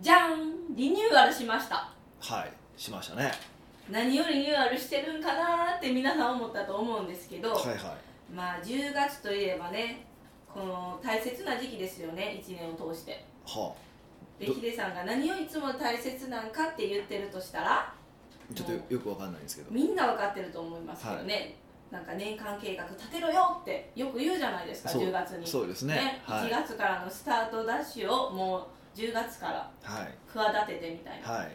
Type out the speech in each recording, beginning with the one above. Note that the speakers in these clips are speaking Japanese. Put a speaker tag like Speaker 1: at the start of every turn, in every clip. Speaker 1: じゃんリニューアルしました
Speaker 2: はいしましたね
Speaker 1: 何をリニューアルしてるんかなーって皆さん思ったと思うんですけど、
Speaker 2: はいは
Speaker 1: まあ10月といえばねこの大切な時期ですよね1年を通して
Speaker 2: いは
Speaker 1: で
Speaker 2: ど
Speaker 1: ヒデさんが何をいつも大切なんかって言ってるとしたら
Speaker 2: あちょっとよくわかんないんですけど
Speaker 1: みんな分かってると思いますけどね、なんか年間計画立てろよってよく言うじゃないですか
Speaker 2: そう
Speaker 1: 10月に
Speaker 2: そうですね
Speaker 1: ね
Speaker 2: は
Speaker 1: 1
Speaker 2: い
Speaker 1: 月からのスタートダッシュをもう10月から
Speaker 2: はい
Speaker 1: 企ててみたいな、
Speaker 2: はい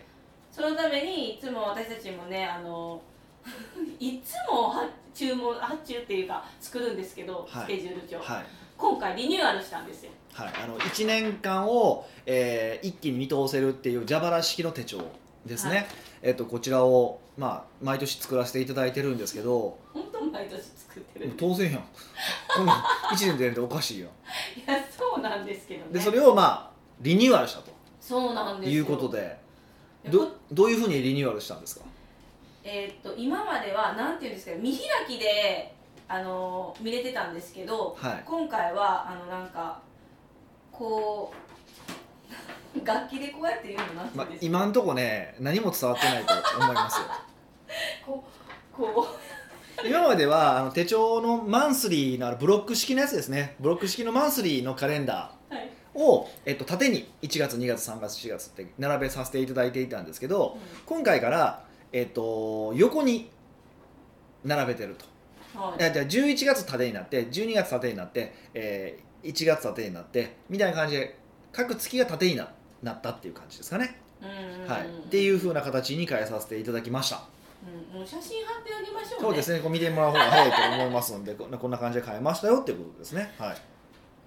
Speaker 1: そのためにいつも私たちもねあの いつもは注文発注っていうか作るんですけど、
Speaker 2: はい
Speaker 1: スケジュール帳、
Speaker 2: はい
Speaker 1: 今回リニューアルしたんですよ
Speaker 2: はいあの1年間を、えー一気に見通せるっていう蛇腹式の手帳ですね、
Speaker 1: は
Speaker 2: えっとこちらをまあ毎年作らせていただいてるんですけど
Speaker 1: 本当毎年作って るんで
Speaker 2: 当然やんこん なん1年でやるとおかしいやん
Speaker 1: いやそうなんですけどね
Speaker 2: でそれをまあリニューアルしたと
Speaker 1: そうなんですよ
Speaker 2: いうことで
Speaker 1: で
Speaker 2: ど
Speaker 1: こ
Speaker 2: どういうふうにリニューアルしたんですか
Speaker 1: えーっと今まではなんていうんですか見開きであの見れてたんですけど
Speaker 2: はい
Speaker 1: 今回はあのなんかこう 楽器でこうやって言うのなんてい
Speaker 2: ま
Speaker 1: う
Speaker 2: あ
Speaker 1: んですか、
Speaker 2: 今んとこね何も伝わってないと思いますよ
Speaker 1: こ
Speaker 2: 今まではあの手帳のマンスリーのあのブロック式のやつですねブロック式のマンスリーのカレンダ
Speaker 1: うはい、
Speaker 2: ーを、えっと、縦に1月2月3月4月って並べさせていただいていたんですけど今回から、えっと、横に並べてると
Speaker 1: はい
Speaker 2: いやじゃあ11月縦になって12月縦になって、えー1月縦になってみたいな感じで各月が縦にななったっていう感じですかね、はい、って
Speaker 1: い
Speaker 2: いう風な形に変えさせていただきました
Speaker 1: うん、もう写真貼ってあげましょうね
Speaker 2: そうですね、こう見てもらう方が早いと思いますので、こんなこんな感じで変えましたよっていうことですね。は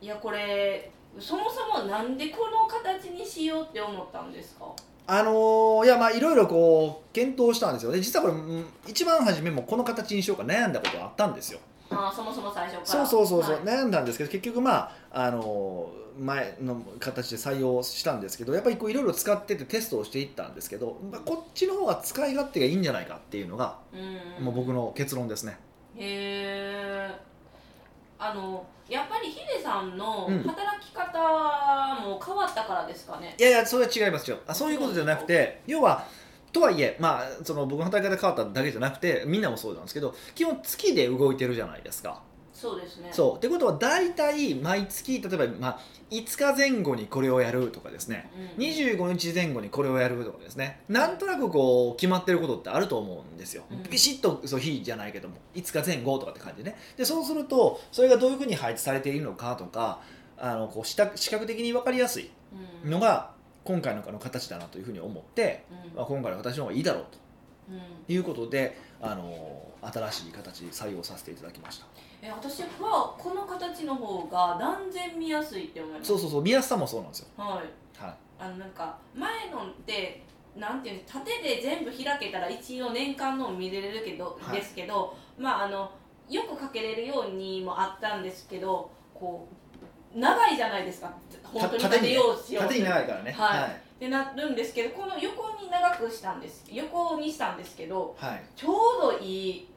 Speaker 2: い。
Speaker 1: いやこれそもそもなんでこの形にしようって思ったんですか
Speaker 2: あのーいやまあいろいろこう検討したんですよね。実はこれうん一番初めもこの形にしようか悩んだことがあったんですよ。
Speaker 1: あーそもそも最初か
Speaker 2: そ
Speaker 1: ら
Speaker 2: うそうそうそう、
Speaker 1: はい
Speaker 2: 悩んだんですけど結局まああのー前の形で採用したんですけどやっぱりこういろいろ使っててテストをしていったんですけど、まあ、こっちの方が使い勝手がいいんじゃないかっていうのが、
Speaker 1: うん
Speaker 2: もう僕の結論ですね。
Speaker 1: へえあのやっぱりヒデさんの
Speaker 2: うん
Speaker 1: 働き方も変わったからですかね、
Speaker 2: いやいやそれは違いますよあそういうことじゃなくて要はとはいえまあその僕の働き方変わっただけじゃなくてみんなもそうなんですけど基本月で動いてるじゃないですか
Speaker 1: そうですね
Speaker 2: そうってことは大体毎月例えば、まあ、5日前後にこれをやるとかですね
Speaker 1: うん、
Speaker 2: 25日前後にこれをやるとかですねなんとなくこう決まってることってあると思うんですよ、
Speaker 1: うん
Speaker 2: ビシッとそう日じゃないけども5日前後とかって感じでねでそうするとそれがどういうふうに配置されているのかとかあのこう視覚視覚的に分かりやすい
Speaker 1: うん
Speaker 2: のが今回のこの形だなというふうに思って、
Speaker 1: うん
Speaker 2: まあ、今回の私の方がいいだろう
Speaker 1: うん
Speaker 2: ということで、あの新しい形に採用させていただきました
Speaker 1: え私はこの形の方が断然見やすいって思います
Speaker 2: そうそうそう見やすさもそうなんですよ
Speaker 1: はい
Speaker 2: は
Speaker 1: あのなんか前のってなんていうの縦で全部開けたら一応年間のも見れるけど、
Speaker 2: はい
Speaker 1: ですけどまああのよくかけれるようにもあったんですけどこう長いじゃないですか本当に
Speaker 2: 縦に
Speaker 1: 縦ようし
Speaker 2: い
Speaker 1: よう
Speaker 2: 縦に長いからね
Speaker 1: はい
Speaker 2: はい
Speaker 1: ってなるんですけどこの横に長くしたんです横にしたんですけど
Speaker 2: はい
Speaker 1: ちょうどいい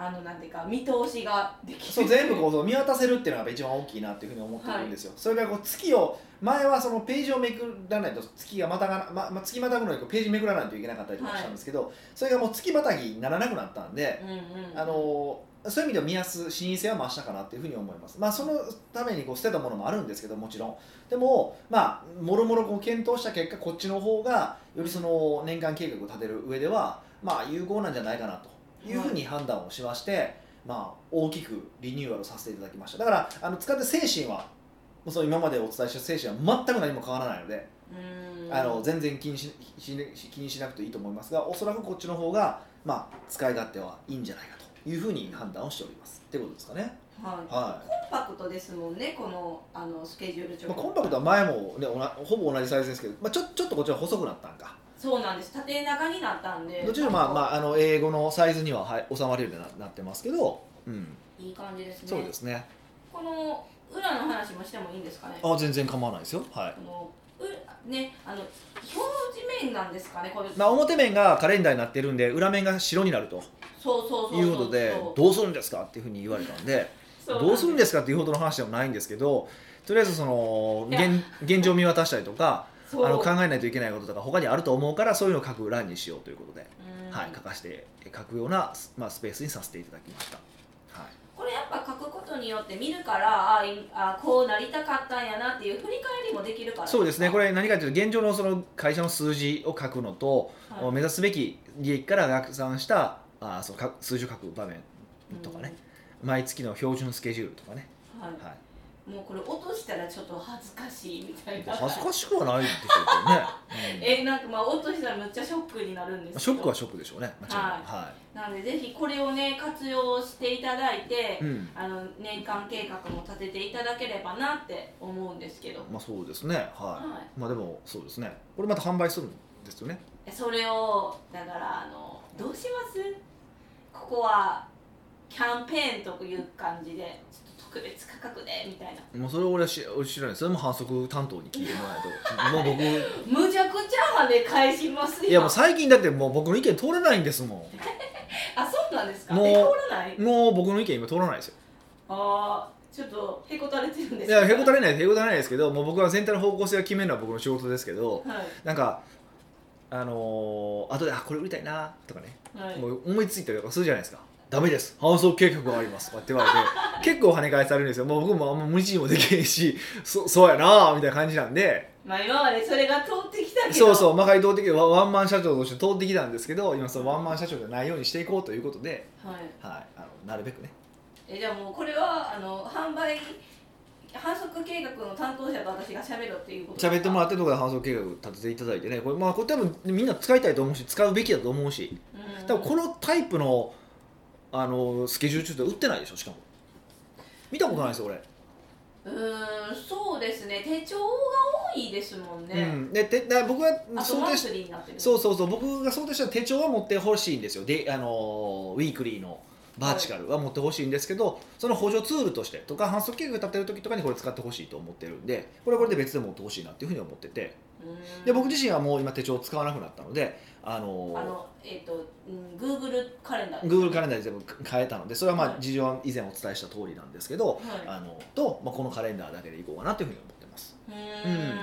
Speaker 1: あのなんていうか見通しができる
Speaker 2: そう全部こうそう見渡せるっていうのがやっぱ一番大きいなっていうふうに思ってるんですよ、それがこう月を前はそのページをめくらないと月がまたがまま月またぐのにこうページめくらないといけなかったりとかしたんですけど、それがもう月またぎにならなくなったんで、
Speaker 1: うんうん
Speaker 2: あのそういう意味では見やす視認性は増したかなっていうふうに思います、まあ、そのためにこう捨てたものもあるんですけどもちろんでもまあもろもろこう検討した結果こっちの方がよりその年間計画を立てる上ではまあ有効なんじゃないかなというふうに判断をしまして、まあ、大きくリニューアルさせていただきましただからあの使って精神はもうその今までお伝えした精神は全く何も変わらないので、
Speaker 1: うん
Speaker 2: あの全然気にしし気にしなくていいと思いますがおそらくこっちの方が、まあ、使い勝手はいいんじゃないかというふうに判断をしておりますってことですかね、
Speaker 1: はい
Speaker 2: は
Speaker 1: コンパクトですもんねこのあのスケジュール
Speaker 2: い
Speaker 1: 帳、
Speaker 2: まあ、コンパクトは前も、ね、おなほぼ同じサイズですけど、まあ、ちょちょっとこっちら細くなったんか
Speaker 1: そうなんです縦長になったんで
Speaker 2: どっちらまあま
Speaker 1: あ
Speaker 2: ああの英語のサイズには、はい、収まれるようにななってますけど、うん、
Speaker 1: いい感じですね
Speaker 2: そうですね
Speaker 1: この裏の話もしてもいいんですかねこ
Speaker 2: あ全然構わないですよはい
Speaker 1: のうねあの表示面なんですかねこれ、
Speaker 2: まあ、表面がカレンダーになってるんで裏面が白になると
Speaker 1: そうそうそうそう
Speaker 2: いうことで
Speaker 1: そう
Speaker 2: どうするんですかっていうふうに言われたんで
Speaker 1: そう
Speaker 2: どうするん
Speaker 1: で
Speaker 2: ですかっていうほどの話でもないんですけどとりあえずその
Speaker 1: いや
Speaker 2: 現現状見渡したりとか
Speaker 1: そう
Speaker 2: あの考えないといけないこととか他にあると思うからそういうのを書く欄にしようということで、
Speaker 1: うん
Speaker 2: はい、書かして書くような、まあ、スペースにさせていただきました、はい、
Speaker 1: これやっぱ書くことによって見るからあいあこうなりたかったんやなっていう振り返りもできるから
Speaker 2: そうですねこ
Speaker 1: れ、
Speaker 2: れ何かというと現状のその会社の数字を書くのと、
Speaker 1: はい
Speaker 2: 目指すべき利益から逆算したあーそのか数字を書く場面とかね、、毎月の標準スケジュールとかね、
Speaker 1: うんは
Speaker 2: はい、
Speaker 1: い、もうこれ落としたらちょっと恥ずかしいみたいな
Speaker 2: 恥ずかしくはないでしょう けどね、
Speaker 1: えなんかまあ落としたらむっちゃショックになるんで
Speaker 2: うん
Speaker 1: す
Speaker 2: ショックは
Speaker 1: シ
Speaker 2: ショックでしょうね間違いない、は
Speaker 1: なのでぜひこれをね活用していただいて、
Speaker 2: いうん
Speaker 1: あの年間計画も立てていただければなって思うんですけど、
Speaker 2: まあ、そうですねはい、
Speaker 1: は
Speaker 2: まあでもそうですねこれまた販売するんですよね
Speaker 1: い、それをだからあのどうしますここはキャンペーンという感じでちょっと特別価格でみたいな
Speaker 2: もうそれ俺はし俺知らないそれも反則担当に聞いてもらわないともう僕
Speaker 1: むちゃくちゃ跳ね返しますよ
Speaker 2: いやもう最近だってもう僕の意見通れないんですも
Speaker 1: あそうなんですか
Speaker 2: もう
Speaker 1: え通らない
Speaker 2: んもう僕の意見今通らないですよ
Speaker 1: あーちょっとへこたれてるんです
Speaker 2: いやへこたれないへこたれないですけどもう僕は全体の方向性を決めるのは僕の仕事ですけど
Speaker 1: はい
Speaker 2: なんかあのー、後であこれ売りたいなとかね
Speaker 1: はい
Speaker 2: もう思いついたりとかするじゃないですかダメです搬送計画がありますとかって言われ て結構跳ね返されるんですよもう僕もあんま無理にもできへんし そそうやなみたいな感じなんで
Speaker 1: まあ今までそれが通ってきたけど
Speaker 2: そうそう魔界通ってきてワワンマン社長として通ってきたんですけど今そのワンマン社長じゃないようにしていこうということで、
Speaker 1: う、はい、
Speaker 2: はい、あのなるべくね
Speaker 1: えじゃあもうこれはあの販売反則計画の担当者と私が喋ろうっていうことですか
Speaker 2: 喋ってもらってるところで搬送計画立てていただいてねこれ,、まあ、これ多分みんな使いたいと思うし使うべきだと思うし
Speaker 1: うん
Speaker 2: 多分このタイプのあのスケジュール中って売ってないでしょしかも見たことないですよ俺、
Speaker 1: うーんそうですね手帳が多いですもん
Speaker 2: う
Speaker 1: ね、
Speaker 2: ん、でてだ僕が
Speaker 1: あと
Speaker 2: 想
Speaker 1: マン
Speaker 2: 定し
Speaker 1: スリーになってる
Speaker 2: そうそうそう僕が想定した手帳は持ってほしいんですよで、あのーウィークリーのバーチカルは持ってほしいんですけど、その補助ツールとしてとか反則計画立てる時とかにこれ使ってほしいと思ってるんでこれはこれで別で持ってほしいなっていうふうに思ってて
Speaker 1: うん
Speaker 2: で僕自身はもう今手帳を使わなくなったので、あ
Speaker 1: あ
Speaker 2: の
Speaker 1: のえっ、と、うん、Google カレンダー
Speaker 2: ー、Google カレンダーで全部変えたのでそれはま
Speaker 1: はい
Speaker 2: あ事情は以前お伝えした通りなんですけど、
Speaker 1: は
Speaker 2: あのと、まあ、このカレンダーだけでいこうかなというふうに思ってます。
Speaker 1: い、うーん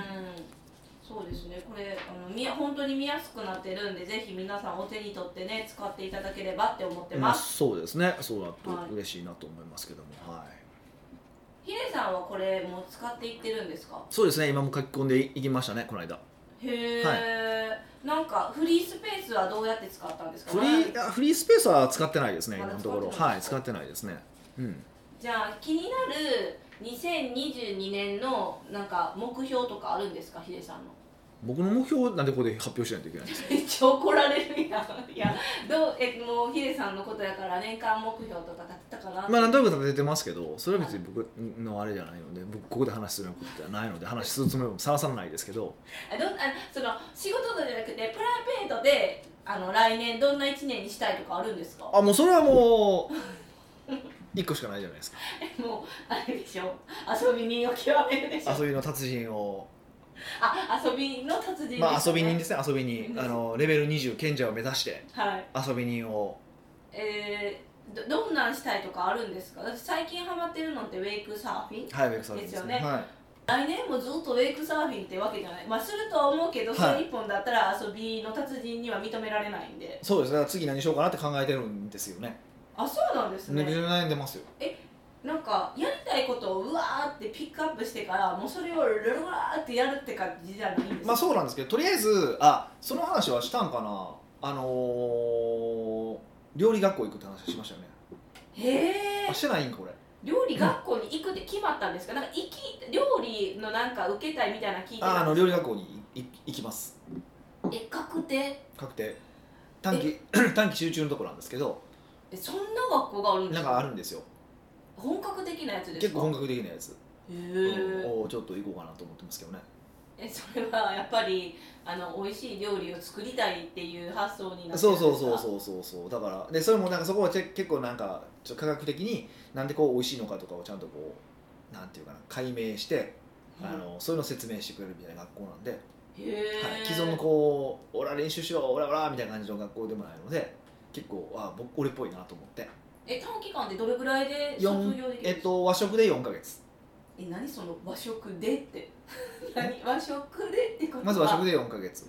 Speaker 1: そうですねこれあの見や本当に見やすくなってるんでぜひ皆さんお手に取ってね使っていただければって思って
Speaker 2: ま
Speaker 1: ま
Speaker 2: あ、
Speaker 1: す、
Speaker 2: そうですねそうだ
Speaker 1: はい
Speaker 2: と嬉しいなと思いますけども、はい、
Speaker 1: ヒデさんはこれもう使っていってるんですか
Speaker 2: そうですね今も書き込んでいきましたねこの間。
Speaker 1: へえ、なんかフリースペースはどうやって使ったんですか
Speaker 2: フリーあフリースペースは使ってないですね、
Speaker 1: ま
Speaker 2: 今
Speaker 1: だ
Speaker 2: のところ。
Speaker 1: 使ってない
Speaker 2: はい、使ってないですね。うん、
Speaker 1: じゃあ気になる2022年のなんか目標とかあるんですかヒデさんの
Speaker 2: 僕の目標なんでここで発表しないといけないんですか
Speaker 1: めっちゃ怒られるやんいやどうえもうヒデさんのことやから年間目標とか立てたかな
Speaker 2: まあ、なんとなく立ててますけど、それは別に僕のあれじゃないので、僕ここで話するようなことじゃないので、話するつもりもさらさらないですけど、
Speaker 1: あどんあその仕事とかじゃなくてプライベートであの来年どんな1年にしたいとかあるんですか
Speaker 2: あ、もうそれはもう、1個しかないじゃないですか。
Speaker 1: えもうあれでしょ遊び人を極めるでしょ
Speaker 2: 遊びの達人を、
Speaker 1: あ遊びの達人です、ね
Speaker 2: まあ遊び人ですね、遊び人。あのレベル20、賢者を目指して、
Speaker 1: はい
Speaker 2: 遊び人を。
Speaker 1: えーどどんなんしたいとかあるんですか私最近ハマってるのってウェイクサーフィン
Speaker 2: はい、ウェブサービスで
Speaker 1: で
Speaker 2: す
Speaker 1: す
Speaker 2: ね。はい
Speaker 1: 来年もずっとウェイクサーフィンってわけじゃないまあするとは思うけど、
Speaker 2: はい
Speaker 1: それ一本だったら遊びの達人には認められないんで
Speaker 2: そうですね、だから次何しようかなって考えてるんですよね。
Speaker 1: あそうなんです
Speaker 2: めちゃくち
Speaker 1: ね
Speaker 2: ゃ悩んでますよ。
Speaker 1: なんかやりたいことをうわーってピックアップしてからもうそれをルルワーってやるって感じじゃないんですか
Speaker 2: まあそうなんですけどとりあえずあその話はしたんかなあのー料理学校行くって話しましたよね
Speaker 1: へえ
Speaker 2: あしてないんかこれ
Speaker 1: 料理学校に行くって決まったんですかなんか行き料理のなんか受けたいみたいなの聞いて
Speaker 2: あ
Speaker 1: た
Speaker 2: あ
Speaker 1: ん
Speaker 2: の
Speaker 1: です
Speaker 2: 料理学校にいい行きます
Speaker 1: え確定
Speaker 2: 確定短期 短期集中のところなんですけど
Speaker 1: えそんな学校があるんで
Speaker 2: な
Speaker 1: す
Speaker 2: ん
Speaker 1: か
Speaker 2: かあるんですよ
Speaker 1: 本格的なやつですか
Speaker 2: 結構本格的なやつ
Speaker 1: へ
Speaker 2: うん
Speaker 1: ー
Speaker 2: をちょっと行こうかなと思ってますけどね
Speaker 1: えそれはやっぱりあの美味しい料理を作りたいっていう発想になって
Speaker 2: そうそうそう
Speaker 1: う
Speaker 2: そうそうそうだからでそれもなんかそこはチェ結構なんかちょっと科学的になんでこう美味しいのかとかをちゃんとこうなんていうかな解明してあのそういうのを説明してくれるみたいな学校なんで
Speaker 1: へえ、
Speaker 2: はい、既存のこう「オラ練習しようオラオラ」みたいな感じの学校でもないので結構あ僕俺っぽいなと思って、
Speaker 1: え短期間でどれぐらいで
Speaker 2: 四
Speaker 1: 卒業できるんで
Speaker 2: えっ
Speaker 1: すか
Speaker 2: と、和食で4ヶ月
Speaker 1: え何その和食でって 何和食でってことは
Speaker 2: まず和食で4ヶ月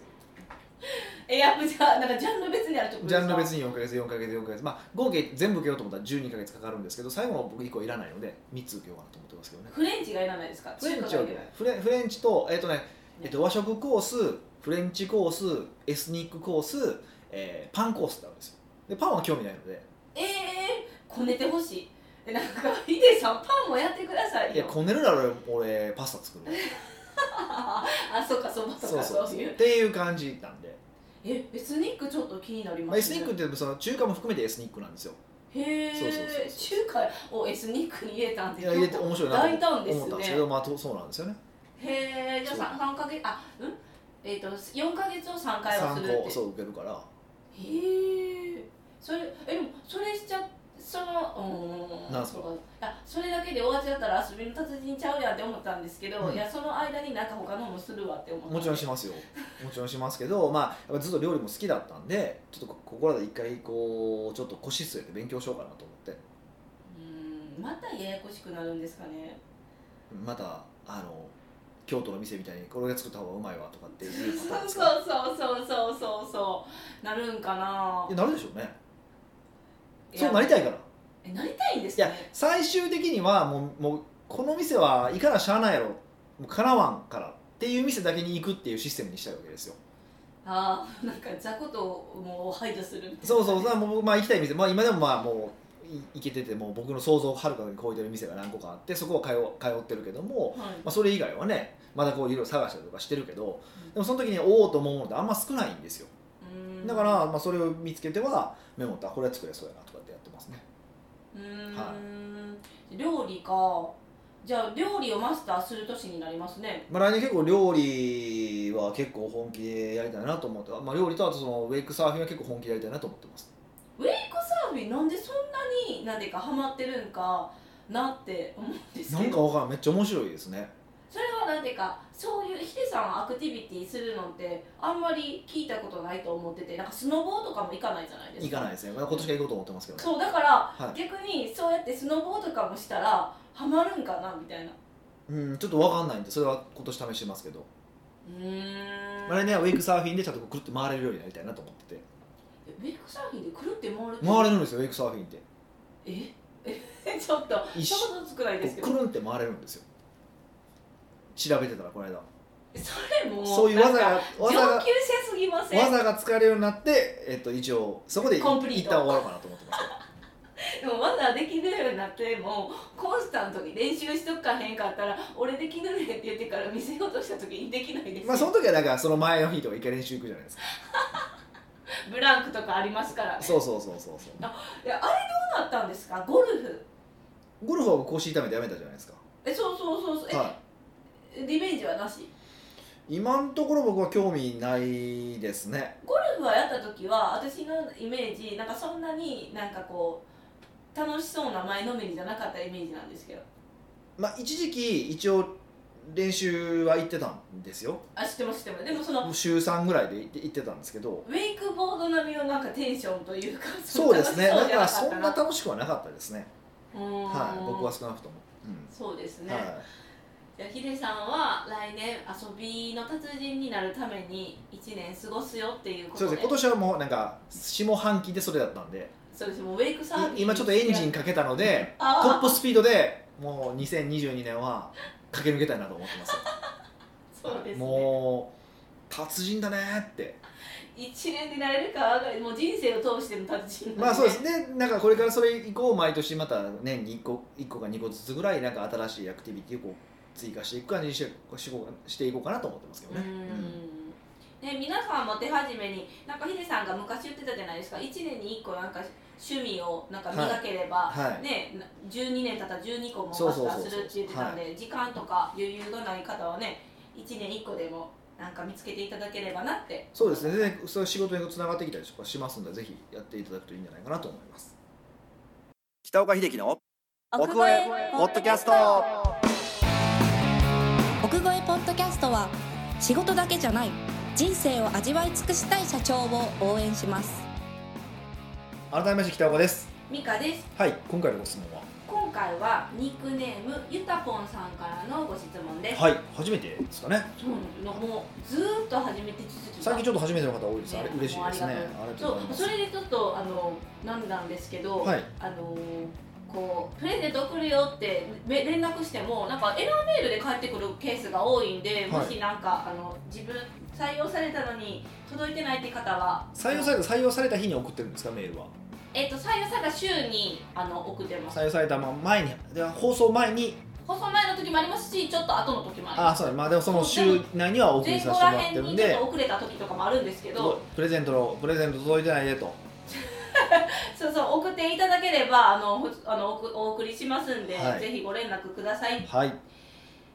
Speaker 1: えやっぱじゃあなんかジャンル別にあるってこと
Speaker 2: ジャンル別
Speaker 1: に
Speaker 2: に4ヶ月4ヶ月4ヶ月まあ合計全部受けようと思ったら12ヶ月かかるんですけど最後の僕1個いらないので3つ受けようかなと思ってますけどね
Speaker 1: フレンチがいらないですか
Speaker 2: フレン
Speaker 1: 中
Speaker 2: チ
Speaker 1: 華
Speaker 2: は
Speaker 1: がいらない
Speaker 2: フレフレンチと,、えっとねえっと和食コースフレンチコースエスニックコース、えーパンコースってあるんですよでパンは興味ないので
Speaker 1: ええこねてほしいえなんかヒデさんパンもやってくださいよ
Speaker 2: いやこねるなら俺パスタ作る
Speaker 1: あそっかそばと
Speaker 2: そう
Speaker 1: か
Speaker 2: そ
Speaker 1: そうういう
Speaker 2: っていう感じなんで、
Speaker 1: えエスニックちょっと気になり
Speaker 2: ま
Speaker 1: ま
Speaker 2: あ、エ
Speaker 1: す
Speaker 2: スニックってその中華も含めてエスニックなんですよ
Speaker 1: へえ
Speaker 2: そうそうそうそ
Speaker 1: 中華をエスニックに入れたんで
Speaker 2: いや入れて面白いなと
Speaker 1: 大胆です
Speaker 2: 思ったんですけ
Speaker 1: ね
Speaker 2: ど、まあ、とそうなんですよね
Speaker 1: へえじゃあ
Speaker 2: そ
Speaker 1: さ三ヶ月あうんえっ、と四ヶ月を3回はす
Speaker 2: 参
Speaker 1: るって
Speaker 2: 考そう受けるから
Speaker 1: へえそれえでもそれしちゃそのうー
Speaker 2: なんすか
Speaker 1: そういやそれだけで終わっちゃったら遊びの達人ちゃうやんって思ったんですけど、
Speaker 2: うん
Speaker 1: いやその間になんか他のもするわって思った
Speaker 2: もちろんしますよもちろんしますけど、まあ、やっぱずっと料理も好きだったんでちょっとこここらで一回こうちょっと腰据えて勉強しようかなと思って
Speaker 1: うーんまたややこしくなるんですかね
Speaker 2: またあの京都の店みたいにこれが作った方がうまいわとかってい
Speaker 1: そう
Speaker 2: うパターン
Speaker 1: そう
Speaker 2: です
Speaker 1: そ
Speaker 2: か
Speaker 1: うそうそうそうそうなるんかない
Speaker 2: やなるでしょうね
Speaker 1: い
Speaker 2: そ
Speaker 1: や
Speaker 2: うなりたいからい
Speaker 1: えなりたいんです
Speaker 2: や
Speaker 1: ね
Speaker 2: 最終的にはもうもうこの店はいかなしゃあないやろもうかなわんからっていう店だけに行くっていうシステムにしたいわけですよ
Speaker 1: ああなんか雑魚ともう排除するみたいな
Speaker 2: そうそうそうもう僕まあ行きたい店、まあ、今でもまあもうい行けててもう僕の想像をはるかに超えてる店が何個かあってそこを通通ってるけども、
Speaker 1: はい
Speaker 2: まあ、それ以外はねまだこういろいろ探したりとかしてるけどでもその時におおと思うものってあんま少ないんですよ
Speaker 1: うーん
Speaker 2: だから、まあ、それを見つけてはメモったこれは作れそうやなとかってやってますね
Speaker 1: うーん、
Speaker 2: は
Speaker 1: 料理かじゃあ料理をマスターする年になりますね
Speaker 2: まあ、来年結構料理は結構本気でやりたいなと思って、まあ、料理とあとそのウェイクサーフィンは結構本気でやりたいなと思ってます
Speaker 1: ウェイクサーフィンなんでそんなになんでかハマってるんかなって思うんです
Speaker 2: な
Speaker 1: け
Speaker 2: んか
Speaker 1: ど
Speaker 2: わからんめっちゃ面白いですね
Speaker 1: それはなんていうかそういうヒデさんはアクティビティするのってあんまり聞いたことないと思っててなんかスノボーとかも行かないじゃないです
Speaker 2: 行
Speaker 1: か
Speaker 2: かないですね、まあ、今年から行こうと思ってますけどね
Speaker 1: そうだから
Speaker 2: はい
Speaker 1: 逆にそうやってスノボーとかもしたらハマるんかなみたいな
Speaker 2: うん、ちょっとわかんないんでそれは今年試してますけど、
Speaker 1: うーん
Speaker 2: まあ、来年はウェイクサーフィンでちゃんとこうくるって回れるようになりたいなと思ってて
Speaker 1: えウェイクサーフィンでくるって回るって
Speaker 2: 回れるんですよウェイクサーフィンって
Speaker 1: ええ ちょっと
Speaker 2: 一
Speaker 1: ちょ
Speaker 2: 緒
Speaker 1: っと少ないですけ
Speaker 2: こう
Speaker 1: ど
Speaker 2: くるんって回れるんですよ調べてたらこの間
Speaker 1: それも
Speaker 2: そういう技
Speaker 1: なんか
Speaker 2: が
Speaker 1: 上級
Speaker 2: 技が
Speaker 1: 者すぎません
Speaker 2: 技が使えるようになって、えっと、一応そこで一
Speaker 1: コンプリート
Speaker 2: 旦終わろうかなと思ってます
Speaker 1: でも技できるようになってもコンスタントに練習しとかへんかったら俺できるねって言ってから見せようとした時にできないですよ、
Speaker 2: まあその時はだからその前の日とか一回練習行くじゃないですか
Speaker 1: ブランクとかありますからね
Speaker 2: そうそうそうそうそ
Speaker 1: いやあれどうなったんですかゴルフ
Speaker 2: うゴルフは腰痛めてやめたじゃないですか
Speaker 1: えそうそうそうそうえ、
Speaker 2: は
Speaker 1: リベンジはなし
Speaker 2: い今のところ僕は興味ないですね
Speaker 1: ゴルフはやった時は私のイメージなんかそんなになんかこう楽しそうな前のめりじゃなかったイメージなんですけど
Speaker 2: まあ一時期一応練習は行ってたんですよ
Speaker 1: あ知ってます知ってますでもその
Speaker 2: もう週3ぐらいで行って行ってたんですけど
Speaker 1: ウェイクボード並みのなんかテンションというか
Speaker 2: そうですねだ
Speaker 1: 楽し
Speaker 2: から
Speaker 1: そ
Speaker 2: そ
Speaker 1: うんじゃ
Speaker 2: な
Speaker 1: なかった
Speaker 2: 楽しくはなかったですね
Speaker 1: なうーん
Speaker 2: はい僕は少なくとも、うん
Speaker 1: そうですね、
Speaker 2: は
Speaker 1: じゃあヒデさんは来年遊びの達人になるために1年過ごすよっていうこ
Speaker 2: い、そう
Speaker 1: とです
Speaker 2: でね今年はもうなんか下半期でそれだったんで
Speaker 1: そうですもうウェイクサーフィン
Speaker 2: い今ちょっとエンジンかけたので
Speaker 1: ト
Speaker 2: トップスピードでもう2022年は駆け抜けたいなと思ってます
Speaker 1: そうですね
Speaker 2: もう達人だねって
Speaker 1: 1年でなれるかわかんないもう人生を通しての達人なん
Speaker 2: まあそうですねなんかこれからそれ以降毎年また年に1個1個か2個ずつぐらいなんか新しいアクティビティをこう追加していく感じにしてしこうしていこうかなと思ってますけど
Speaker 1: う
Speaker 2: ね
Speaker 1: ん、ね、皆さんも手始めになんかヒデさんが昔言ってたじゃないですか1年に1個なんか趣味をなんか磨ければ、
Speaker 2: はいはい
Speaker 1: ね、な12年経ったら12個もマス
Speaker 2: そうそう
Speaker 1: タ
Speaker 2: そ
Speaker 1: ー
Speaker 2: うそう
Speaker 1: するって言ってたんで時間とか余裕がない方はね1年1個でもなんか見つけていただければなって
Speaker 2: そうですね全然そういう仕事につながってきたりとかしますんでぜひやっていただくといいんじゃないかなと思います北岡秀樹の奥越えポッドキャスト
Speaker 3: 奥越えポッドキャストは仕事だけじゃない人生を味わい尽くしたい社長を応援します
Speaker 2: 改めまして北岡です
Speaker 1: ミカです
Speaker 2: はい今回のご質問は
Speaker 1: 今回はニックネームゆたぽんさんからのご質問です、
Speaker 2: はい初めてですかね
Speaker 1: そうなのもうずーっと始めて続き
Speaker 2: 最近ち
Speaker 1: ょ
Speaker 2: ょっと初めての方多いですあれ
Speaker 1: ね
Speaker 2: 嬉しいですね
Speaker 1: もうありが
Speaker 2: ありがとうござい
Speaker 1: そう
Speaker 2: ます
Speaker 1: それでちょっとあのなんなんですけど、
Speaker 2: はい
Speaker 1: あのーこうプレゼント送るよってめ連絡してもなんかエラーメールで返ってくるケースが多いんで、
Speaker 2: はい
Speaker 1: もしなんかあの自分採用されたのに届いてないって方は
Speaker 2: 採用された採用された日に送ってるんですかメールは
Speaker 1: えっ、と採用された週にあの送ってます
Speaker 2: 採用されたま前にでは放送前に
Speaker 1: 放送前の時もありますしちょっと後の時もあり
Speaker 2: あ
Speaker 1: ま
Speaker 2: あ
Speaker 1: す
Speaker 2: そうだまあでもその週内にはお送り
Speaker 1: 前
Speaker 2: さ
Speaker 1: 後
Speaker 2: せても
Speaker 1: ら
Speaker 2: らって
Speaker 1: 辺
Speaker 2: るん
Speaker 1: にちょっ
Speaker 2: で
Speaker 1: と遅れた時とかもあるんですけど
Speaker 2: プレゼントのプレゼント届いてないでと
Speaker 1: そうそう送っていただければあのほあのおくお送りしますんで、
Speaker 2: はい
Speaker 1: ぜひご連絡ください
Speaker 2: はい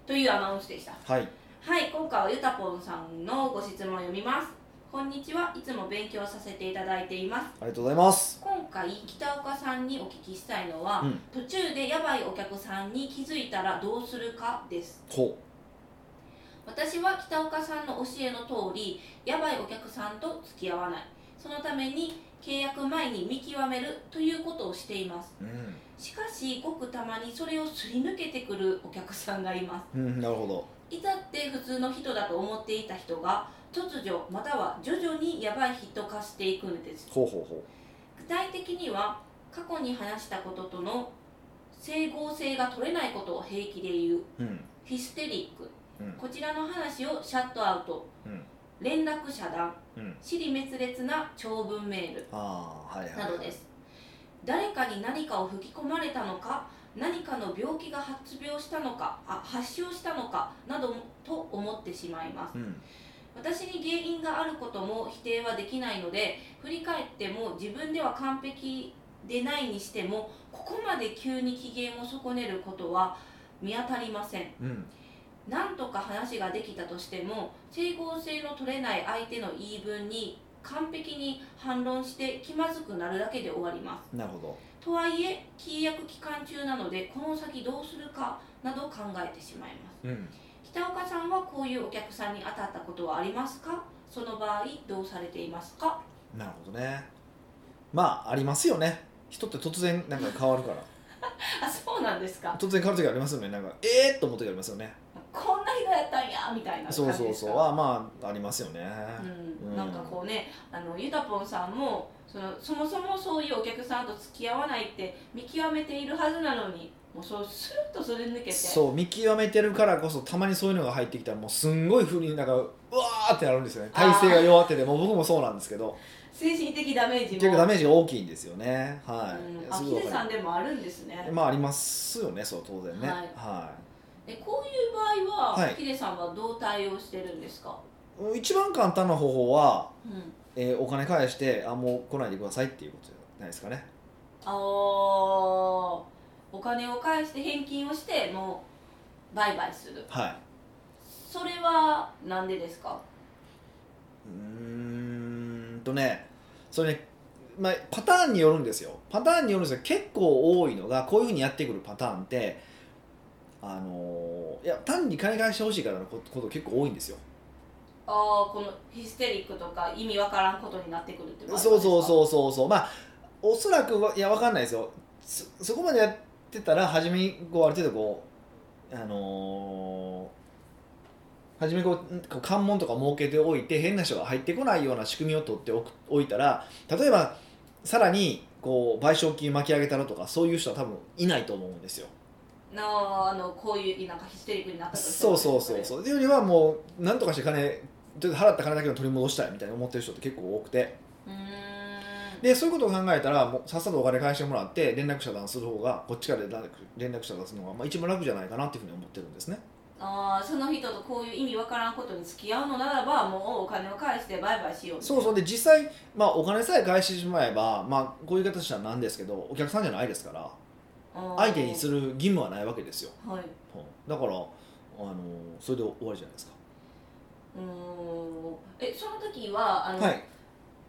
Speaker 1: というアナウンスでした
Speaker 2: はい
Speaker 1: はい今回はゆたぽんさんのご質問を読みますこんにちはいつも勉強させていただいています
Speaker 2: ありがとうございます
Speaker 1: 今回北岡さんにお聞きしたいのは、
Speaker 2: うん
Speaker 1: 途中でやばいお客さんに気づいたらどうするかです
Speaker 2: ほ
Speaker 1: 私は北岡さんの教えの通りやばいお客さんと付き合わないそのために契約前に見極めるということをしています
Speaker 2: ううん
Speaker 1: しかしごくたまにそれをすり抜けてくるお客さんがいます
Speaker 2: うんなるほど
Speaker 1: いたって普通の人だと思っていた人が突如または徐々にやばい人化していくのです
Speaker 2: ほうほうほ
Speaker 1: 具体的には過去に話したこととの整合性が取れないことを平気で言う
Speaker 2: ううん
Speaker 1: ヒステリック、
Speaker 2: うん
Speaker 1: こちらの話をシャットアウト、
Speaker 2: うん
Speaker 1: 連絡遮断
Speaker 2: うん
Speaker 1: 尻滅裂な長文メール
Speaker 2: ああはいはい
Speaker 1: などです誰かに何かを吹き込まれたのか何かの病気が発病したのかあ発症したのかなどと思ってしまいます
Speaker 2: うん
Speaker 1: 私に原因があることも否定はできないので振り返っても自分では完璧でないにしてもここまで急に機嫌を損ねることは見当たりません
Speaker 2: うん
Speaker 1: なんとか話ができたとしても整合性の取れない相手の言い分に完璧に反論して気まずくなるだけで終わります
Speaker 2: なるほど
Speaker 1: とはいえ契約期間中なのでこの先どうするかなど考えてしまいます
Speaker 2: うん
Speaker 1: 北岡さんはこういうお客さんに当たったことはありますかその場合どうされていますか
Speaker 2: なるほどねまあありますよね人って突然なんか変わるから
Speaker 1: あそうなんですか
Speaker 2: 突然変わる時ありますよねなんかえーっと思う時ありますよね
Speaker 1: こんな人やったんやみたいな感じです
Speaker 2: そう
Speaker 1: か
Speaker 2: そうそうあまあありますよね、
Speaker 1: うん、なんかこうねあのゆたぽんさんもそのそもそもそういうお客さんと付き合わないって見極めているはずなのにもうそうスルッとそれ抜けて
Speaker 2: そう見極めてるからこそたまにそういうのが入ってきたらもうすんごいふうになんかうわーってなるんですよね体勢が弱っててもう僕もそうなんですけど
Speaker 1: 精神的ダメージも
Speaker 2: 結局ダメージが大きいんですよねは
Speaker 1: う
Speaker 2: い、
Speaker 1: ん、あ
Speaker 2: す
Speaker 1: ヒ
Speaker 2: ごい
Speaker 1: デ
Speaker 2: わか
Speaker 1: さんでもあるんですね
Speaker 2: るまあありますよねそう当然ね
Speaker 1: は
Speaker 2: はいい、
Speaker 1: えこういう場合は、
Speaker 2: はい
Speaker 1: ヒデさんはどう対応してるんですか、
Speaker 2: もう一番簡単な方法は、
Speaker 1: うん、
Speaker 2: えーお金返してあもう来ないでくださいっていうことじゃないですかね
Speaker 1: あーお金を返して返金をしてもう売買する
Speaker 2: はい
Speaker 1: それはなんでですか
Speaker 2: うーんとねそれね、まあ、パターンによるんですよパターンによるんですよ結構多いのがこういうふうにやってくるパターンってあのーいや単に金返してほしいからのことこと結構多いんですよ
Speaker 1: ああこのヒステリックとか意味わからんことになってくるってことですか
Speaker 2: そうそうそうそうそうまあおそらくはいやわかんないですよそそこまでやってたら初めにこうある程度こうあのー初めこううんこう関門とか設けておいて変な人が入ってこないような仕組みを取っておくおいたら例えばさらにこう賠償金巻き上げたらとかそういう人は多分いないと思うんですよ
Speaker 1: なああのこういうなんかヒステリックになったとして
Speaker 2: そう
Speaker 1: も
Speaker 2: そうそう
Speaker 1: そ
Speaker 2: そうというよりはもう何とかして金ちょっと払った金だけを取り戻したいみたいに思ってる人って結構多くて
Speaker 1: ううーん
Speaker 2: でそういうことを考えたらもうさっさとお金返してもらって連絡遮断する方がこっちから連絡連絡遮断するのがまあ一番楽じゃないかなっていうふうに思ってるんですね
Speaker 1: ああその人とこういう意味わからんことに付き合うのならばもうお金を返して売買しようみたい
Speaker 2: そ
Speaker 1: な
Speaker 2: うそうで実際、まあ、お金さえ返してしまえば、まあ、こういう形はなんですけどお客さんじゃないですから
Speaker 1: あー
Speaker 2: 相手にする義務はないわけですよ
Speaker 1: はい
Speaker 2: うんだからあのそれで終わりじゃないですか
Speaker 1: うーんえその時はあの、
Speaker 2: はい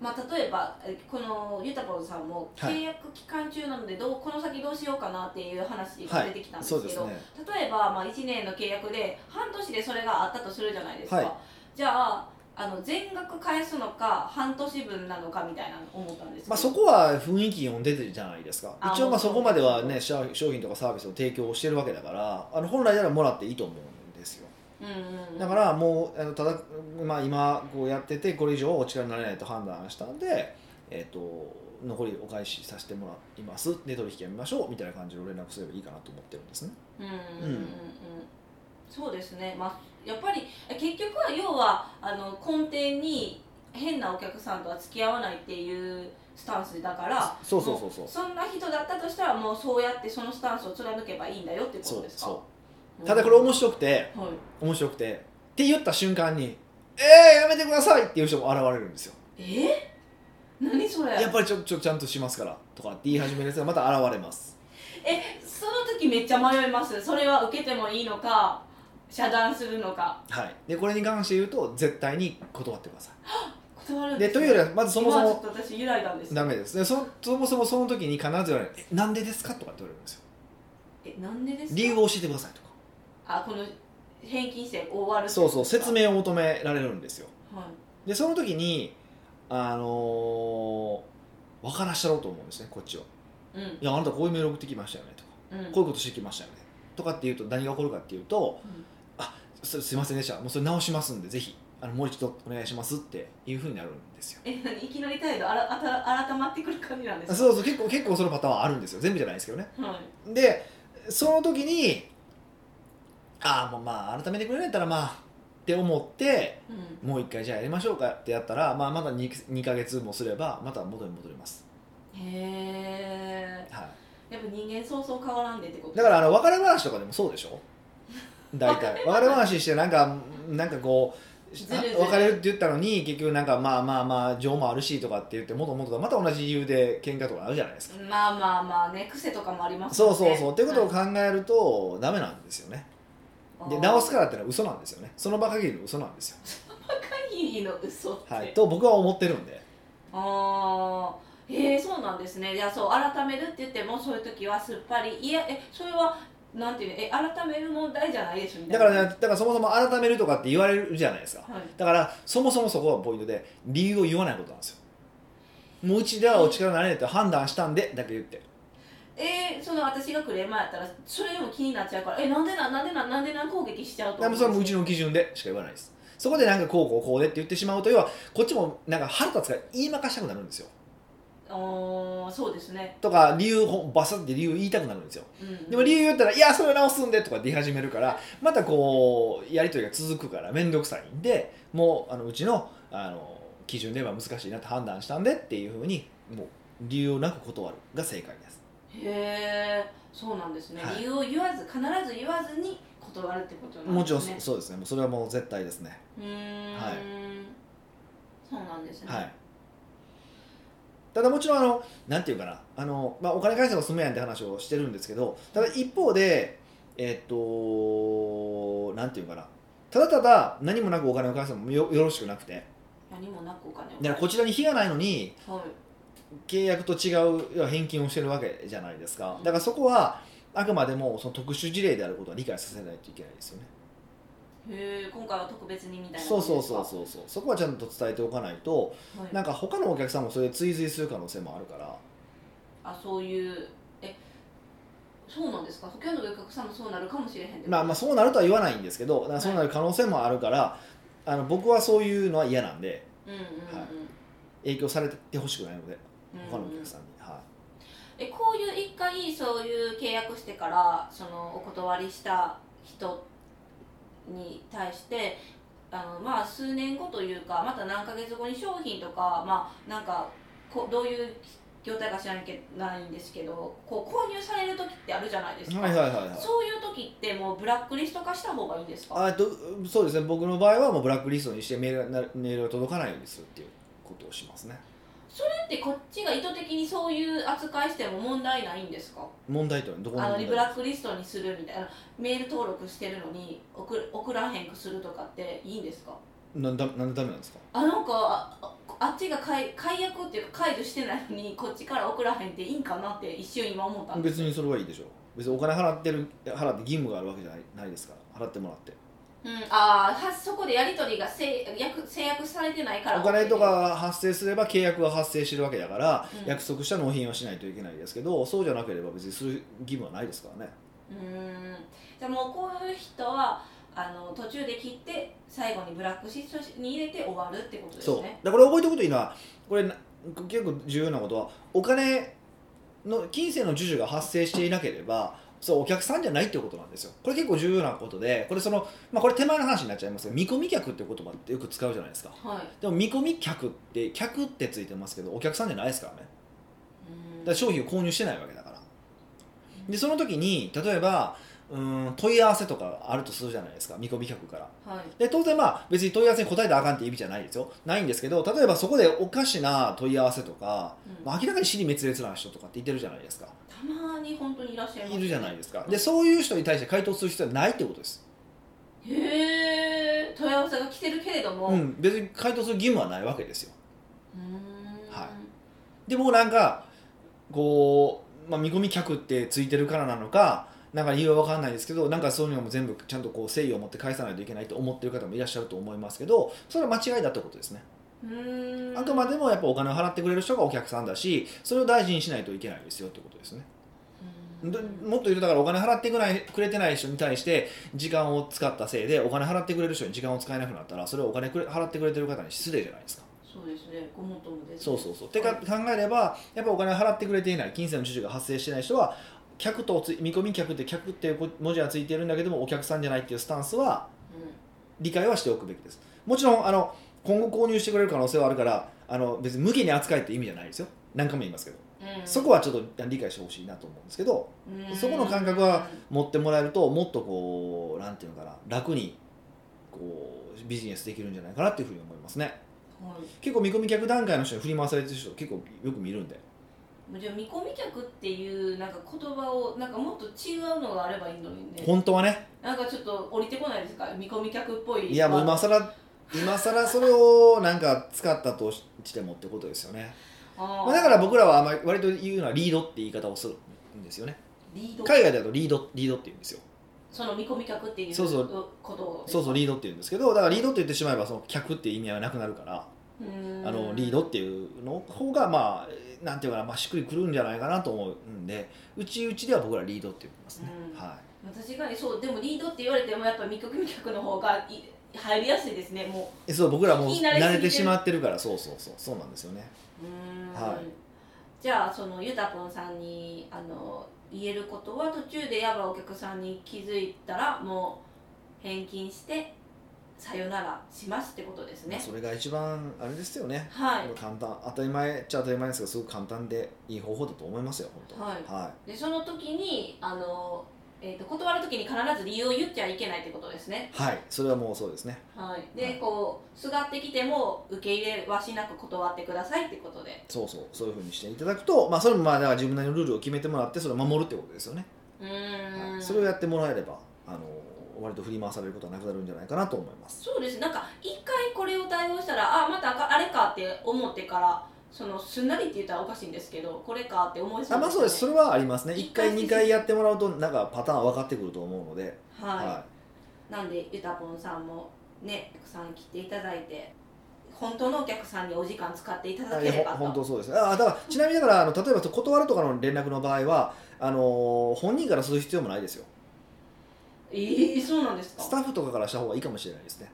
Speaker 1: まあ、例えばえこのゆたぽんさんも
Speaker 2: はい
Speaker 1: 契約期間中なのでどう、この先どうしようかなっていう話が
Speaker 2: は
Speaker 1: 出
Speaker 2: い
Speaker 1: てきたんです
Speaker 2: そうで
Speaker 1: け
Speaker 2: す
Speaker 1: ど、
Speaker 2: ね
Speaker 1: 例えば、まあ、1年の契約で半年でそれがあったとするじゃないですか、
Speaker 2: はい
Speaker 1: じゃああの全額返すのか半年分なのかみたいなの思ったんですけど、
Speaker 2: まあ、そこは雰囲気読んでてるじゃないですか
Speaker 1: あ
Speaker 2: 一応まあ
Speaker 1: そう
Speaker 2: そこまではね商商品とかサービスを提供してるわけだからあの本来ならもらっていいと思うんですよ
Speaker 1: うんうんうん、
Speaker 2: だからもうあのただ、まあ、今こうやっててこれ以上お力になれないと判断したんで、えー、と残りお返しさせてもらいますで取引やめましょうみたいな感じの連絡すればいいかなと思ってるんですね
Speaker 1: うん
Speaker 2: う
Speaker 1: うんんうんうんそうですね、まあ、やっぱりえ結局は要はあの根底に変なお客さんとは付き合わないっていうスタンスだから
Speaker 2: そうそうそうそう
Speaker 1: もそんな人だったとしたらもうそうやってそのスタンスを貫けばいいんだよっていうこ
Speaker 2: そ
Speaker 1: と
Speaker 2: う
Speaker 1: ですか
Speaker 2: そううんただこれ面白くて
Speaker 1: はい
Speaker 2: 面白くてって言った瞬間に「えー、やめてください!」っていう人も現れるんですよ
Speaker 1: え何それ
Speaker 2: やっぱりちょちょちゃんとしますからとかって言い始めるやつがまた現れます
Speaker 1: えその時めっちゃ迷いますそれは受けてもいいのか遮断するのか
Speaker 2: はいでこれに関して言うと絶対に断ってくださ
Speaker 1: 断る
Speaker 2: い
Speaker 1: んで
Speaker 2: ですと
Speaker 1: ね
Speaker 2: いうよりはまずそもそ
Speaker 1: 今は
Speaker 2: も
Speaker 1: ちょっと私揺らいだんです
Speaker 2: ダメですでそそもそもその時に必ず言われるえ「なんでですか?」とかって言われるんですよ
Speaker 1: えなんでですか
Speaker 2: 理由を教えてくださいとか
Speaker 1: あこの返金して終わるって
Speaker 2: そ
Speaker 1: こ
Speaker 2: う
Speaker 1: と
Speaker 2: そう
Speaker 1: ですか
Speaker 2: 説明を求められるんですよ
Speaker 1: はい
Speaker 2: でその時にあのー、分からしたろうと思うんですねこっちは「
Speaker 1: うん
Speaker 2: いやあなたこういうメール送ってきましたよね」とか
Speaker 1: うん
Speaker 2: こういうことしてきましたよねとかっていうと何が起こるかっていうと、
Speaker 1: うん
Speaker 2: あそすいませんでしたもうそれ直しますんでぜひあのもう一度お願いしますっていうふうになるんですよ
Speaker 1: え何いきなり態度あらあた改まってくる感じなんですか
Speaker 2: そうそう結構結構そのパターンはあるんですよ全部じゃないですけどね
Speaker 1: はい
Speaker 2: でその時にああもうまあ改めてくれないんだったらまあって思って
Speaker 1: うん
Speaker 2: もう一回じゃあやりましょうかってやったら、まあ、まだ 2, 2ヶ月もすればまた元に戻ります、
Speaker 1: へえ
Speaker 2: は
Speaker 1: やっぱ人間そうそう変わらんでってこと
Speaker 2: い、だからあの別れ話とかでもそうでしょ 大体別れ話してなんかなんかこう
Speaker 1: ずるずる
Speaker 2: 別れるって言ったのに結局なんかまあまあまあ情もあるしとかって言ってもともとまた同じ理由で喧嘩とかあるじゃないですか、
Speaker 1: まあまあまあね癖とかもありますもん
Speaker 2: そう
Speaker 1: ね
Speaker 2: そうそうっていうことを
Speaker 1: は
Speaker 2: 考えるとダメなんですよね、
Speaker 1: い
Speaker 2: で直すからってのは嘘なんですよねその場限りの嘘なんですよ、
Speaker 1: 限りの嘘って、
Speaker 2: はい、と僕は思ってるんで
Speaker 1: ああへえそうなんですねいやそう改めるって言ってもそういう時はすっぱりいやえそれはなんていうのえ改める問題じゃないでしょみた
Speaker 2: だ
Speaker 1: い
Speaker 2: か
Speaker 1: な
Speaker 2: ら、ね、だからそもそも改めるとかって言われるじゃないですか
Speaker 1: はい、
Speaker 2: だからそもそもそこがポイントで理由を言わないことなんですよもう一度はお力になれないと判断したんでだけ言って
Speaker 1: えー、その私がクレーマーやったらそれでも気になっちゃうからえなんでなんなんでなんなんでなん攻撃しちゃうと
Speaker 2: でもそれはもううちの基準でしか言わないですそこでなんかこうこうこうでって言ってしまうと要はこっちもなんか腹立つから言いまかしたくなるんですよ
Speaker 1: おーそうですね、
Speaker 2: とか理由ほんバサって理由言いたくなるんですよ
Speaker 1: うん、
Speaker 2: でも理由言ったら「いやそれ直すんで」とかって言い始めるからまたこうやり取りが続くから面倒くさいんでもうあのうちのあの基準では難しいなって判断したんでっていうふうにもう理由なく断るが正解です
Speaker 1: へえそうなんですね、
Speaker 2: はい
Speaker 1: 理由を言わず必ず言わずに断るってことなんですね
Speaker 2: もちろんそそうですねもうそれはもう絶対ですね
Speaker 1: うーん、
Speaker 2: はい
Speaker 1: そうなんですね、
Speaker 2: はい、ただもちろんあのなんていうかなあの、まあ、お金返せば済むやんって話をしてるんですけどただ一方でえっとなんていうかなただただ何もなくお金を返すのもよよろしくなくて
Speaker 1: 何もなくお金を
Speaker 2: だからこちらに非がないのに
Speaker 1: はい
Speaker 2: 契約と違う要は返金をしてるわけじゃないですかだからそこはあくまでもその特殊事例であることは理解させないといけないですよね
Speaker 1: へえ今回は特別にみたいな
Speaker 2: そうそうそう
Speaker 1: う
Speaker 2: そうそうそこはちゃんと伝えておかないと
Speaker 1: そう、はい
Speaker 2: なんか他のお客さんもそれで追随する可能性もあるから
Speaker 1: あそういうえそうなんですか今日のお客さんもそうなるかもしれへんってこと
Speaker 2: まあ、まあそうなるとは言わないんですけどだからそうなる可能性もあるから、あの僕はそういうのは嫌なんで
Speaker 1: うんうんうん、
Speaker 2: はい影響されてほしくないので
Speaker 1: うんうん
Speaker 2: 他のお客さんに、は
Speaker 1: えこういう一回そういう契約してからそのお断りした人に対してあのまあ数年後というかまた何ヶ月後に商品とかまあなんかこどういう業態か知らんけないんですけどこう購入される時ってあるじゃないです
Speaker 2: い、
Speaker 1: か、
Speaker 2: はいはいはいはい
Speaker 1: そういう時ってもうブラックリスト化した方がいいんですか
Speaker 2: あえっとそうですね僕の場合はもうブラックリストにしてメールがなメールが届かないようにするっていうことをしますね
Speaker 1: それってこっちが意図的にそういう扱いしても問題ないんですか
Speaker 2: 問題とはどこの
Speaker 1: あの
Speaker 2: 問
Speaker 1: リ
Speaker 2: 題
Speaker 1: ブラックリストにするみたいなメール登録してるのに送る送らへんくするとかっていいんですか
Speaker 2: なんだなんでダメなんですか
Speaker 1: あなんかあああっちが解解約っていうか解除してないのにこっちから送らへんっていいんかなって一瞬今思ったんです
Speaker 2: 別にそれはいいでしょう別にお金払ってる払って義務があるわけじゃないないですから払ってもらって
Speaker 1: うん、あーはそこでやり取りが制約制約されてないから
Speaker 2: お金とかが発生すれば契約が発生してるわけだから、
Speaker 1: うん
Speaker 2: 約束した納品をしないといけないですけどそうじゃなければ別にする義務はないですからね
Speaker 1: うーんじゃあもうこういう人はあの途中で切って最後にブラックシートに入れて終わるってことです
Speaker 2: そう
Speaker 1: ね
Speaker 2: だから覚えておくといいのはこれな結構重要なことはお金の金銭の授受が発生していなければそうお客さんじゃないってことなんですよこれ結構重要なことでこれその、まあ、これ手前の話になっちゃいますけど見込み客って言葉ってよく使うじゃないですか
Speaker 1: はいう
Speaker 2: でも見込み客って客ってついてますけどお客さんじゃないですからね
Speaker 1: ーん
Speaker 2: だから商品を購入してないわけだからでその時に例えばうーん問い合わせとかあるとするじゃないですか見込み客から
Speaker 1: はい
Speaker 2: で当然まあ別に問い合わせに答えたらあかんって意味じゃないですよないんですけど例えばそこでおかしな問い合わせとか、
Speaker 1: うん
Speaker 2: まあ、明らかに死に滅裂な人とかって言ってるじゃないですか
Speaker 1: たまに本当にいらっしゃいます
Speaker 2: いるじゃないですかでそういう人に対して回答する必要はないってことです、
Speaker 1: へえ問い合わせが来てるけれども
Speaker 2: う
Speaker 1: うーん
Speaker 2: ん、別に回答する義務はないわけですよはいでもなんかこう、まあ、見込み客ってついてるからなのかなんか理由は分かんないですけどなんかそういうのも全部ちゃんとこう誠意を持って返さないといけないと思ってる方もいらっしゃると思いますけどそれは間違いだってことですね
Speaker 1: うーん
Speaker 2: あくまでもやっぱお金を払ってくれる人がお客さんだしそれを大事にしないといけないですよってことですね
Speaker 1: うーん
Speaker 2: どもっと言うとだからお金払ってくないくれてない人に対して時間を使ったせいでお金払ってくれる人に時間を使えなくなったらそれをお金くれ払ってくれてる方に失礼じゃないですか
Speaker 1: そうですねごもっともです
Speaker 2: そうそうそうってか考えればやっぱお金を払ってくれていない金銭の授受が発生してない人は客とつい見込み客って客っていう文字はついてるんだけどもお客さんじゃないっていうスタンスは
Speaker 1: う
Speaker 2: 理解はしておくべきですもちろんあの今後購入してくれる可能性はあるからあの別に無限に扱えって意味じゃないですよ何回も言いますけど
Speaker 1: んうん
Speaker 2: そこはちょっと理解してほしいなと思うんですけど
Speaker 1: うん
Speaker 2: そこの感覚は持ってもらえるともっとこうなんていうのかな楽にこうビジネスできるんじゃないかなっていうふうに思いますね
Speaker 1: はい
Speaker 2: 結構見込み客段階の人に振り回されてる人結構よく見るんで
Speaker 1: じゃあ見込み客っていうなんか言葉をなんかもっと違うのがあればいいのにね
Speaker 2: 本当はね
Speaker 1: なんかちょっと降りてこないですか見込み客っぽい
Speaker 2: いやもう今更今更それをなんか使ったとしてもってことですよね、
Speaker 1: あー
Speaker 2: まあ、だから僕らはあんまり割と言うのはリードって言い方をするんですよね
Speaker 1: リード
Speaker 2: 海外だとリードリードって言うんですよ
Speaker 1: その見込み客っていう
Speaker 2: そうそ
Speaker 1: ことを
Speaker 2: そうそうリードって言うんですけどだからリードって言ってしまえばその客っていう意味合いはなくなるから
Speaker 1: うーん
Speaker 2: あのリードっていうの方がまあなんていうかな、まあ、しっくりくるんじゃないかなと思うんでうちうちでは僕らリードって言ってますね、
Speaker 1: うん
Speaker 2: は
Speaker 1: 確かにそうでもリードって言われてもやっぱ見込み客の方がい入りやすいですねも
Speaker 2: いえそう僕らもう
Speaker 1: 聞き慣れすぎてる
Speaker 2: 慣れてしまってるからそうそうそうそうなんですよね
Speaker 1: ううーん
Speaker 2: はい
Speaker 1: じゃあそのゆたぽんさんにあの言えることは途中でやばお客さんに気づいたらもう返金してさよならしますってことですね
Speaker 2: それが一番あれですよね、
Speaker 1: はい
Speaker 2: もう簡単当たり前っちゃ当たり前ですけどすごく簡単でいい方法だと思いますよ本当
Speaker 1: はい
Speaker 2: は
Speaker 1: でその時にあの、えー、と断る時に必ず理由を言っちゃいけないってことですね、
Speaker 2: い、はい、それはもうそうですね
Speaker 1: はい、で、
Speaker 2: はい
Speaker 1: こうすがってきても受け入れはしなく断ってくださいってことで
Speaker 2: そうそうそういうふうにしていただくと、まあ、それもまあだから自分なりのルールを決めてもらってそれを守るってことですよね、
Speaker 1: うー
Speaker 2: は
Speaker 1: ん
Speaker 2: い、それをやってもらえればあの割と振り回されることはなくなるんじゃないかなと思います
Speaker 1: そうですなんか一回これを対応したらあまたあかあれかって思ってからそのすんなりって言ったらおかしいんですけどこれかって思いそ
Speaker 2: あ
Speaker 1: う
Speaker 2: まあそうですそ
Speaker 1: よね
Speaker 2: れはありますね
Speaker 1: 一
Speaker 2: 1
Speaker 1: 回
Speaker 2: 回2回やってもらうとなんかパターンは分かってくると思うので、
Speaker 1: はい、
Speaker 2: は
Speaker 1: なんでゆたぽんさんもねたくさん来ていただいて本当のお客さんにお時間使っていただ
Speaker 2: い、
Speaker 1: ければと
Speaker 2: 本当そうですあだからちなみにだからあの例えば断るとかの連絡の場合はあの本人からする必要もないですよ
Speaker 1: ええそうなんですか
Speaker 2: スタッフとかからした方がいいかもしれないですね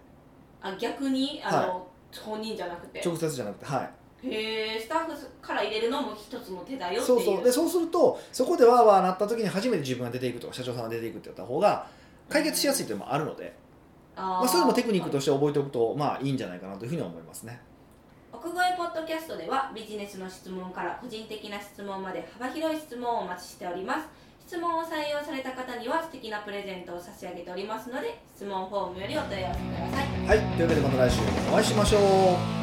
Speaker 1: あ逆にあの、本人じゃなくて
Speaker 2: 直接じゃなくてはい
Speaker 1: へえスタッフから入れるのも一つの手だよってい
Speaker 2: そううそうでそうするとそこでわーわーなった時に初めて自分が出ていくとか社長さんが出ていくってやった方が解決しやすいっていうのもあるので、
Speaker 1: あ
Speaker 2: ま
Speaker 1: ー
Speaker 2: あ、それもテクニックとして覚えておくとまあいいんじゃないかなというふうに思いますね
Speaker 1: 奥越えポッドキャストではビジネスの質問から個人的な質問まで幅広い質問をお待ちしております質問を採用された方には素敵なプレゼントを差し上げておりますので質問フォームよりお問い合わせください
Speaker 2: はいというわけでまた来週お会いしましょう